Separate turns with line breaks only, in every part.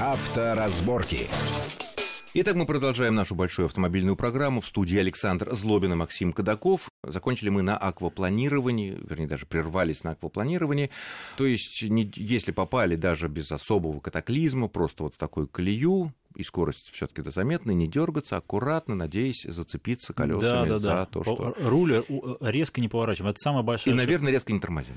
Авторазборки.
Итак, мы продолжаем нашу большую автомобильную программу. В студии Александр Злобин и Максим Кадаков. Закончили мы на аквапланировании, вернее, даже прервались на аквапланировании. То есть, не- если попали даже без особого катаклизма, просто вот в такую колею, и скорость все-таки да заметная, не дергаться, аккуратно, надеясь зацепиться колесами
да, да,
за
да.
то,
По-
что...
Руль э, резко не поворачиваем. Это самая большая.
И,
ошибка.
наверное, резко не тормозим.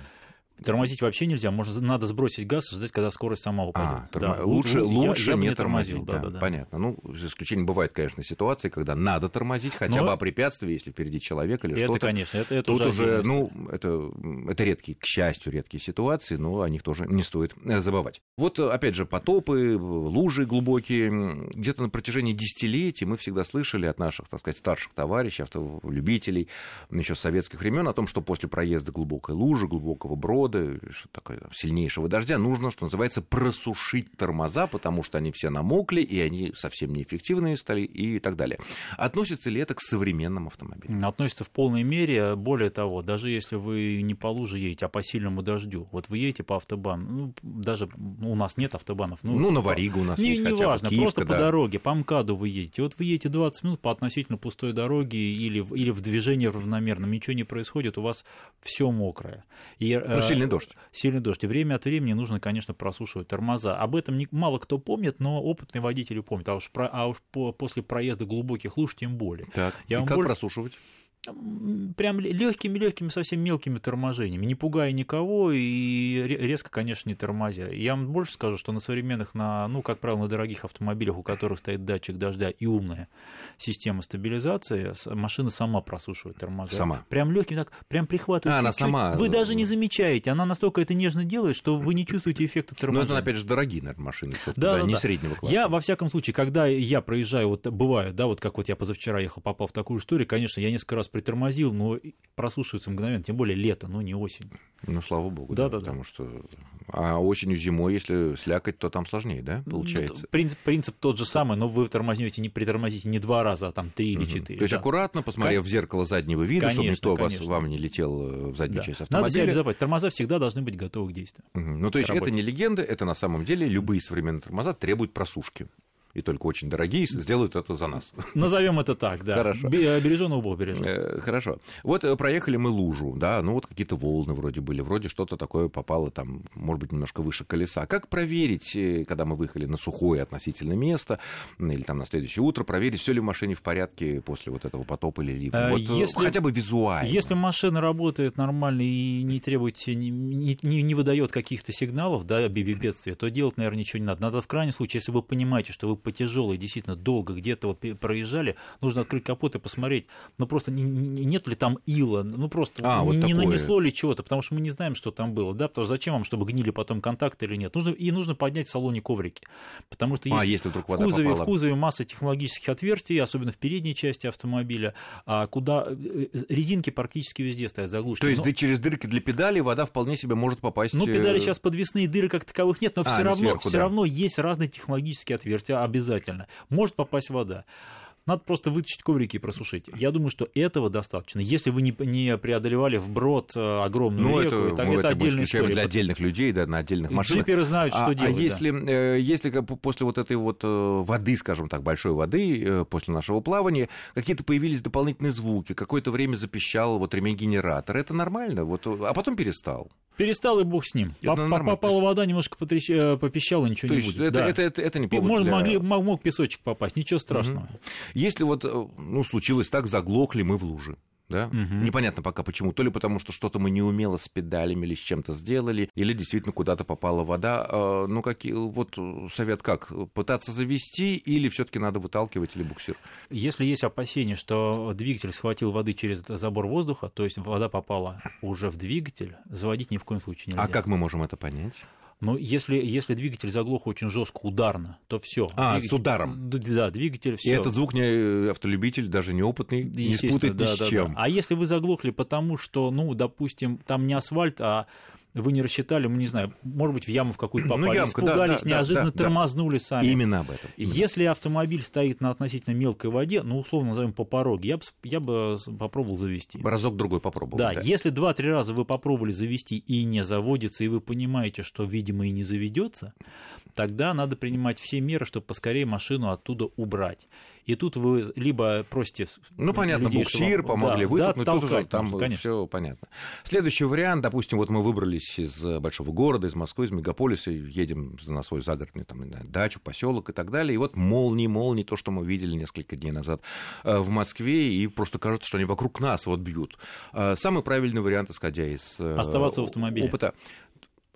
Тормозить вообще нельзя. Можно, надо сбросить газ и ждать, когда скорость сама упадет.
А, тормо-
Да,
лучше,
я-
лучше
я бы
не тормозить. да,
да, да, да.
Понятно. Ну, за исключением бывает, конечно, ситуации, когда надо тормозить, хотя
Но-
бы о препятствии, если впереди человек или
Это,
что-то.
конечно, это, это
Тут уже,
отдельная
ну, это, это редкие, к счастью, редкие ситуации, но о них тоже не стоит э, забывать. Вот, э, опять же, потопы, э, лужи глубокие. М, Где-то на протяжении десятилетий мы всегда слышали от наших, так сказать, старших товарищей, автолюбителей еще с советских времен о том, что после проезда глубокой лужи, глубокого брода, или что такое, там, сильнейшего дождя, нужно, что называется, просушить тормоза, потому что они все намокли, и они совсем неэффективные стали, и так далее. Относится ли это к современным автомобилям?
Относится в полной мере. э, Более того, даже если вы не по луже едете, а по сильному дождю, вот вы едете по автобану, ну, даже ну, у нас нет автобанов.
Ну, на Варига у нас
типа, не,
есть
не
хотя бы,
важно,
Киевка,
просто по
да.
дороге, по МКАДу вы едете. Вот вы едете 20 минут по относительно пустой дороге или, в- или в движении равномерном, ничего не происходит, у вас все мокрое. И,
Ну,
э,
сильный дождь.
Сильный дождь. И время от времени нужно, конечно, просушивать тормоза. Об этом не- мало кто помнит, но опытные водители помнят. А уж, про- а уж по- после проезда глубоких луж тем более.
Так,
Я
и
вам
как
больше-
просушивать?
М, Прям легкими-легкими, совсем мелкими торможениями, не пугая никого и ре- резко, конечно, не тормозя. Я вам больше скажу, что на современных, на, ну, как правило, на дорогих автомобилях, у которых стоит датчик дождя и умная система стабилизации, с- машина сама просушивает тормоза.
Сама.
Прям легким, так, прям прихватывает.
А, она
чуть-чуть.
сама.
Вы даже не замечаете, она настолько это нежно делает, что вы не чувствуете эффекта
Ну,
торможения.
это, опять же, дорогие, наверное, машины, всё-таки,
Да,
да,
да,
не
да.
среднего класса.
Я, во всяком случае, когда я проезжаю, вот бывает, да, вот как вот я позавчера ехал, попал в такую историю, конечно, я несколько раз притормозил, но и просушивается мгновенно, тем более лето, но не осень.
Ну, слава богу,
Да-да-да.
потому что... А осенью, зимой, если слякать, то там сложнее, да,
Ну,
получается?
т- принцип, принцип тот же самый, но вы тормознете, не притормозите не два раза, а там три или
Мгм.
четыре.
То есть
да.
аккуратно, посмотрев в зеркало заднего вида, чтобы
Конечно,
никто вас,
конечно.
вам не летел э, в заднюю
Да.
часть
Надо себя
автомобиля.
обезопасить. Тормоза всегда должны быть готовы к действию.
Мгм. Ну, то есть это
работе.
не легенда, это на самом деле любые современные тормоза требуют просушки. И только очень дорогие сделают это за нас.
Назовем это так, да.
Хорошо.
Бе- Береженого Бог бережет.
Э, Хорошо. Вот э, проехали мы лужу, да, ну вот какие-то волны вроде были, вроде что-то такое попало там, может быть, немножко выше колеса. Как проверить, э, когда мы выехали на сухое относительно место, м, или там на следующее утро, проверить, все ли в машине в порядке после вот этого потопа или ливня?
Э,
Вот, э,
если-
хотя бы визуально.
Если машина работает нормально и не требует, те- не, не, не- не выдает каких-то сигналов, да, о бедствия, то делать, наверное, ничего не надо. Надо в крайнем случае, если вы понимаете, что вы по тяжелой действительно долго где-то вот пе- проезжали, нужно открыть капот и посмотреть, ну просто не- не- нет ли там ила, ну просто
А, вот
не
такое.
нанесло ли чего-то, потому что мы не знаем, что там было, да, потому что зачем вам, чтобы гнили потом контакты или нет. Нужно, и нужно поднять в салоне коврики, потому что
А,
если
если вдруг вода
в кузове,
попала.
в кузове масса технологических отверстий, особенно в передней части автомобиля, а куда э, э, резинки практически везде стоят заглушены.
То есть
Но-
да, через дырки для педали вода вполне себе может попасть...
ну,
э,
педали сейчас подвесные дыры как таковых нет, но
А,
все,
они
равно,
сверху,
все
да.
равно есть разные технологические отверстия обязательно. Может попасть вода. Надо просто вытащить коврики и просушить. Я думаю, что этого достаточно. Если вы не, не преодолевали вброд э, огромную
Ну,
реку,
это,
и так-
мы
это
это мы
отдельная
исключаем
история.
для отдельных людей, да, на отдельных машинах.
Джиперы знают, что
а,
делать.
А
да.
если, э, если как бы после вот этой вот э, воды, скажем так, большой воды, э, после нашего плавания, какие-то появились дополнительные звуки, какое-то время запищал вот ремень генератор, это нормально, вот, э, а потом перестал.
Перестал и бог с ним.
Это
Поп-
нормально.
Попала вода, немножко потрещ- э, попищала, ничего
То
не
есть
будет.
это,
да.
это, это, это не повод
Можно,
для-
могли, мог, мог песочек попасть, ничего страшного.
Если вот, э, ну, случилось так, заглохли мы в луже. Да?
Мгм.
Непонятно пока почему. То ли потому, что что-то мы неумело с педалями или с чем-то сделали, или действительно куда-то попала вода. Э, Ну, какие, вот э, совет как? Пытаться завести или все таки надо выталкивать или буксир?
Если есть опасение, что двигатель схватил воды через забор воздуха, то есть вода попала уже в двигатель, заводить ни в коем случае нельзя.
А как мы можем это понять?
Но если, если двигатель заглох очень жестко ударно, то все.
А, с ударом.
Да, двигатель, все.
И этот звук не э, автолюбитель, даже неопытный, не
Естественно,
спутает ни
да,
с
да,
чем.
да. А если вы заглохли потому, что, ну, допустим, там не асфальт, а вы не рассчитали, мы не знаю, может быть, в яму в какую-то попали,
Ну, ямка, да,
испугались,
да, да,
неожиданно
да, да.
тормознули сами.
Именно об этом. именно.
Если автомобиль стоит на относительно мелкой воде, ну, условно назовем по пороге, я бы, я бы с- попробовал завести.
Разок другой попробовал.
Да,
да.
если 2-3 раза вы попробовали завести и не заводится, и вы понимаете, что, видимо, и не заведется, тогда надо принимать все меры, чтобы поскорее машину оттуда убрать. И тут вы либо просите...
Ну, понятно,
людей,
буксир,
чтобы-
помогли
да,
вытолкнуть,
да,
тут уже
толкать
там
нужно, конечно.
все понятно. Следующий вариант, допустим, вот мы выбрались из э, большого города, из Москвы, из мегаполиса, и едем на свой загородный там, не знаю, дачу, поселок и так далее, и вот молнии, молнии, то, что мы видели несколько дней назад э, в Москве, и просто кажется, что они вокруг нас вот бьют. Э, Самый правильный вариант, исходя из... э,
Оставаться в автомобиле.
Опыта.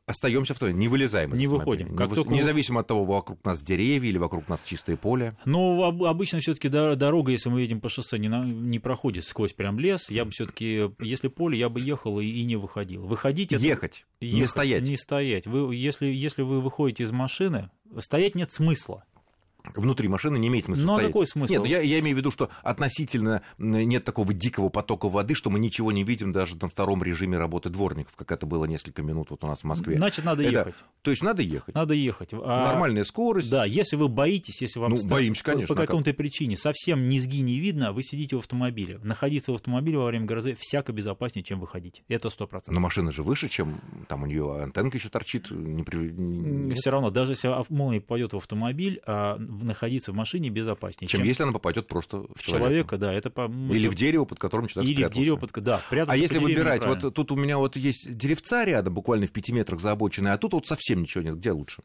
Остаемся в автомобиле, не вылезаем из
Не
автомобиля.
выходим.
Не
Как
вы-
только вы-
Независимо от того, вокруг нас деревья или вокруг нас чистое поле.
Ну, об- обычно все-таки дорога, если мы едем по шоссе, не, на- не проходит сквозь прям лес. Я бы все-таки, если поле, я бы ехал и, и не выходил. Выходить это-
Ехать, не
ехать,
стоять.
Не стоять. Вы, если, если вы выходите из машины, стоять нет смысла.
внутри машины не имеет смысла
Ну, а
стоять.
какой смысл?
Нет, я, я имею в виду, что относительно м, нет такого дикого потока воды, что мы ничего не видим даже на втором режиме работы дворников, как это было несколько минут вот у нас в Москве.
Значит, надо
Это-
ехать.
То есть надо ехать.
Надо ехать. А-
Нормальная скорость.
Да, если вы боитесь, если вам
Ну,
ста-
боимся,
по-
конечно,
по
а как?
какому-то причине совсем низги не видно, а вы сидите в автомобиле. Находиться в автомобиле во время грозы всяко безопаснее, чем выходить. Это сто процентов.
Но машина же выше, чем там у нее антенка еще торчит. Не при- не-
все равно, даже если ав- молния попадет в автомобиль, а, в- находиться в машине безопаснее,
Чем если она попадет просто в
в
человека.
человека, да, это по- мы-
Или в дерево, под которым человек
или в
спрятался.
дерево, под- да, прятаться
А если
под деревьям
выбирать,
неправильно.
вот тут у меня вот есть деревца рядом, буквально в пяти метрах заобоченные, а тут вот совсем ничего нет. Где лучше?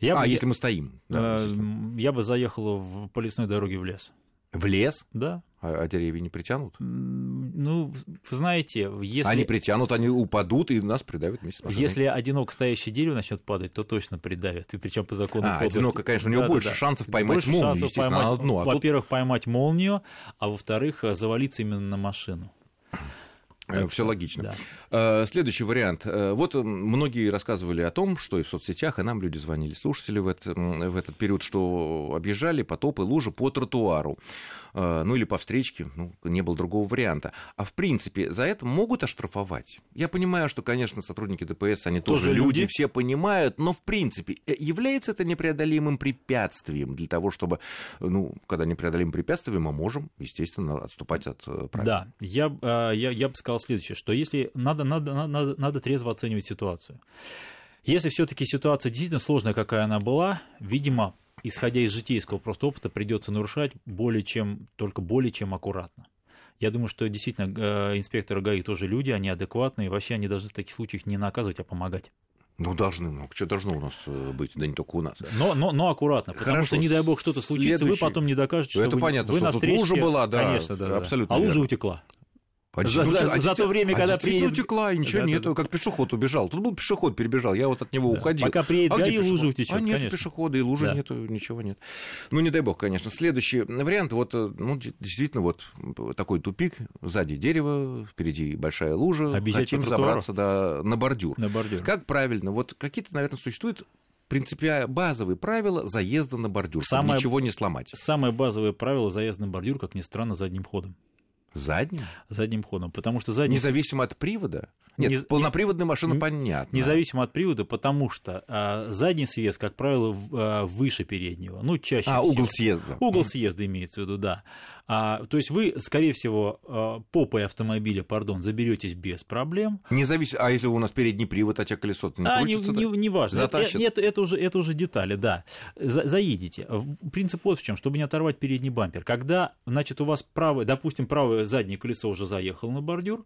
я
а,
бы,
если мы стоим да,
э,
естественно.
я бы заехал в, по лесной дороге в лес,
в лес,
да.
а а деревья не притянут?
М, Ну, знаете, если
Они притянут, они упадут и нас придавят вместе с машиной.
Если одиноко стоящее дерево начнет падать, то точно придавят. И причем по закону.
А,
области.
одиноко, конечно, у него больше шансов поймать молнию, естественно, она одну, а тут-
Во-первых, поймать молнию, а во-вторых, э, завалиться именно на машину. так
Все
что,
э, логично.
да.
Э, Следующий вариант. Э, Вот э, многие рассказывали о том, что и в соцсетях, и нам люди звонили, слушатели в, это- в этот период, что объезжали потопы, лужи по тротуару. Э, Ну или по встречке, ну, не было другого варианта. А в принципе, за это могут оштрафовать. Я понимаю, что, конечно, сотрудники ДПС, они тоже,
Тоже
люди,
люди.
все понимают, но в принципе, э, является это непреодолимым препятствием для того, чтобы, э, ну, когда непреодолимым препятствием, мы можем, естественно, отступать от э, правил.
Да, я, б- а, я, я бы сказал следующее, что если надо, надо, на- надо, надо трезво оценивать ситуацию. Если все-таки ситуация действительно сложная, какая она была, видимо, исходя из житейского просто опыта, придется нарушать более чем, только более чем аккуратно. Я думаю, что действительно э, инспекторы ГАИ тоже люди, они адекватные, и вообще они должны в таких случаях не наказывать, а помогать.
Ну, должны, ну, что должно у нас э, быть, да не только у нас.
Но, но, но аккуратно, потому
Хорошо,
что, не дай бог, что-то случится,
следующий.
вы потом не докажете, что
Это
вы,
понятно,
вы
что
на
тут
встрече-
лужа была, да,
конечно, да, да, да.
абсолютно
а лужа
верно.
утекла.
А
За-
действительно-
за-
а
за то
действи-
время,
а
когда
действительно
приедет-
утекла, и ничего
Да, да,
нету,
да.
как пешеход убежал. Тут был пешеход, перебежал, я вот от него
Да.
уходил.
Пока приедет
а где
ГАИ, лужа
пешеход?
утечет,
а нет
конечно.
пешехода, и лужи
Да.
нету, ничего нет. Ну, не дай бог, конечно. Следующий вариант, вот, э, ну, де- действительно, вот э, такой тупик, сзади дерево, впереди большая лужа,
А бежать по
хотим
тротуару?
забраться да, на бордюр.
На бордюр.
Как правильно? Вот какие-то, наверное, существуют принципиально базовые правила заезда на бордюр, чтобы
Самое-
ничего не сломать.
Самое базовое правило заезда на бордюр, как ни странно, задним ходом.
Задним?
Задним ходом, потому что задний...
Независимо от привода? Нет,
Не-
полноприводная машина,
не-
понятно.
Независимо от привода, потому что а, задний съезд, как правило, в- а, выше переднего. Ну, чаще
А,
всего.
угол съезда.
Угол съезда имеется в виду, да. А, то есть вы, скорее всего, а, попой автомобиля, пардон, заберетесь без проблем.
Независимо. А если у нас передний привод, а те колесо не
а, не,
крутится?
не, не важно. Это,
Затащит.
это- это уже, это уже детали, да. За- заедете. В- Принцип вот в чем, чтобы не оторвать передний бампер. Когда, значит, у вас правое, допустим, правое заднее колесо уже заехало на бордюр,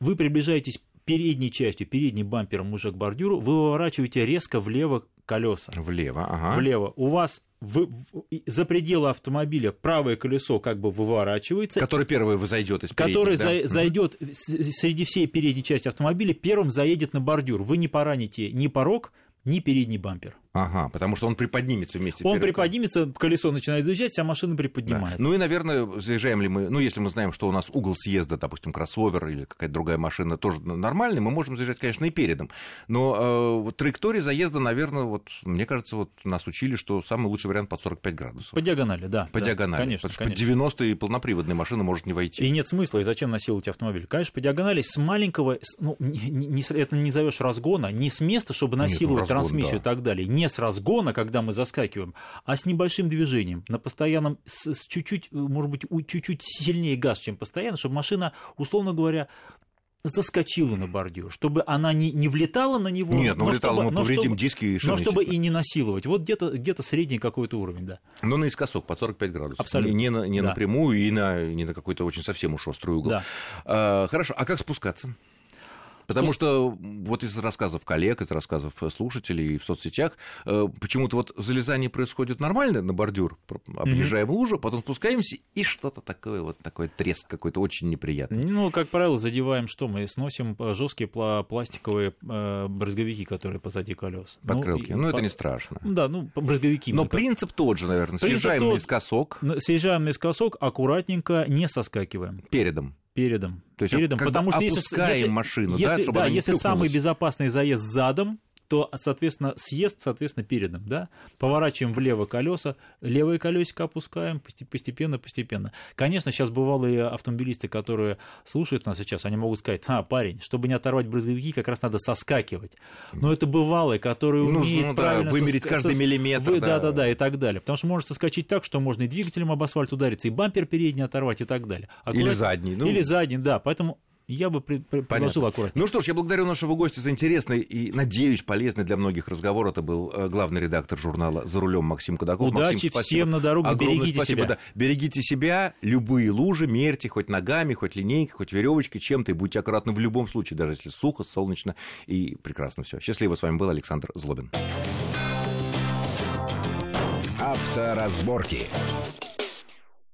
вы приближаетесь передней частью, передним бампером уже к бордюру, вы поворачиваете резко влево колеса.
Влево, ага.
Влево. У вас вы- в- и за пределы автомобиля правое колесо как бы выворачивается,
Который первый зайдет из передних,
который
да?
за-
Мгм.
зайдет с- среди всей передней части автомобиля, первым заедет на бордюр. Вы не пораните ни порог, ни передний бампер.
Ага, потому что он приподнимется вместе.
Он
вперед.
приподнимется, колесо начинает заезжать, вся машина
Да.
приподнимает.
Ну и, наверное, заезжаем ли мы, ну, если мы знаем, что у нас угол съезда, допустим, кроссовер или какая-то другая машина тоже нормальный, мы можем заезжать, конечно, и передом. Но э, вот траектория заезда, наверное, вот, мне кажется, вот нас учили, что самый лучший вариант под 45 градусов.
По диагонали, да.
По
да,
диагонали.
Конечно,
Потому что
конечно.
под 90 и полноприводная машина может не войти.
И нет смысла, и зачем насиловать автомобиль? Конечно, по диагонали с маленького, с- ну, не- не- не с- это не назовешь разгона, не с места, чтобы
Нет, ну,
насиловать
разгон,
трансмиссию и
да.
так далее, не с разгона, когда мы заскакиваем, а с небольшим движением, на постоянном, с, с чуть-чуть, э, может быть, у- чуть-чуть сильнее газ, чем постоянно, чтобы машина, условно говоря, заскочила на бордюр, чтобы она не, не влетала на него.
Нет, ну
но
влетало,
чтобы-
мы
но
повредим
чтобы-
диски и
но
шины.
чтобы
естественно.
и не насиловать. Вот где-то где средний какой-то уровень, да.
Но Ну, наискосок, под 45 градусов.
Абсолютно.
Не, на- не
Да.
напрямую и на, не на какой-то очень совсем уж острый угол.
да.
А, хорошо, а как спускаться? Потому что вот из рассказов коллег, из рассказов э, слушателей в соцсетях, э, почему-то вот залезание происходит нормально на бордюр, про- объезжаем лужу, потом спускаемся, и что-то такое, вот такой треск какой-то очень неприятный.
Ну, как правило, задеваем что? Мы сносим э, жесткие пластиковые э, брызговики, которые позади колес.
Подкрылки.
и-
Ну, это
по-
не страшно.
Да, ну, по- брызговики.
Но
мы так-
принцип тот же, наверное.
Принцип
Съезжаем
тот.
наискосок
Но Съезжаем наискосок, аккуратненько, не соскакиваем
передом.
передом.
То есть
передом
когда
если-
опускаем
если-
машину, да,
если,
чтобы она не
если самый
плюхнулась.
безопасный заезд задом, то, соответственно, съезд, соответственно, передом, да? Поворачиваем влево колеса, левое колесико опускаем посте- постепенно, постепенно. Конечно, сейчас бывалые автомобилисты, которые слушают нас сейчас, они могут сказать, а, парень, чтобы не оторвать брызговики, как раз надо соскакивать. Но это бывалые, которые
Ну,
умеют
ну да,
правильно
вымерить
соск-
каждый
сос-
миллиметр,
вы-
да.
да, да, да, и так далее. Потому что можно соскочить так, что можно и двигателем об асфальт удариться, и бампер передний оторвать, и так далее. А
Или
Аккуратно-
задний. ну,
или задний, да. Поэтому я бы пред- пред- предложил аккуратно.
Ну что ж, я благодарю нашего гостя за интересный и, надеюсь, полезный для многих разговор. Это был э, главный редактор журнала «За рулем» Максим Кудаков.
Удачи
Максим, спасибо.
всем на дорогах,
Огромное
берегите
спасибо,
себя.
да. Берегите себя, любые лужи, мерьте хоть ногами, хоть линейкой, хоть веревочкой, чем-то, и будьте аккуратны в любом случае, даже если сухо, солнечно и прекрасно все. Счастливо, с вами был Александр Злобин.
Авторазборки.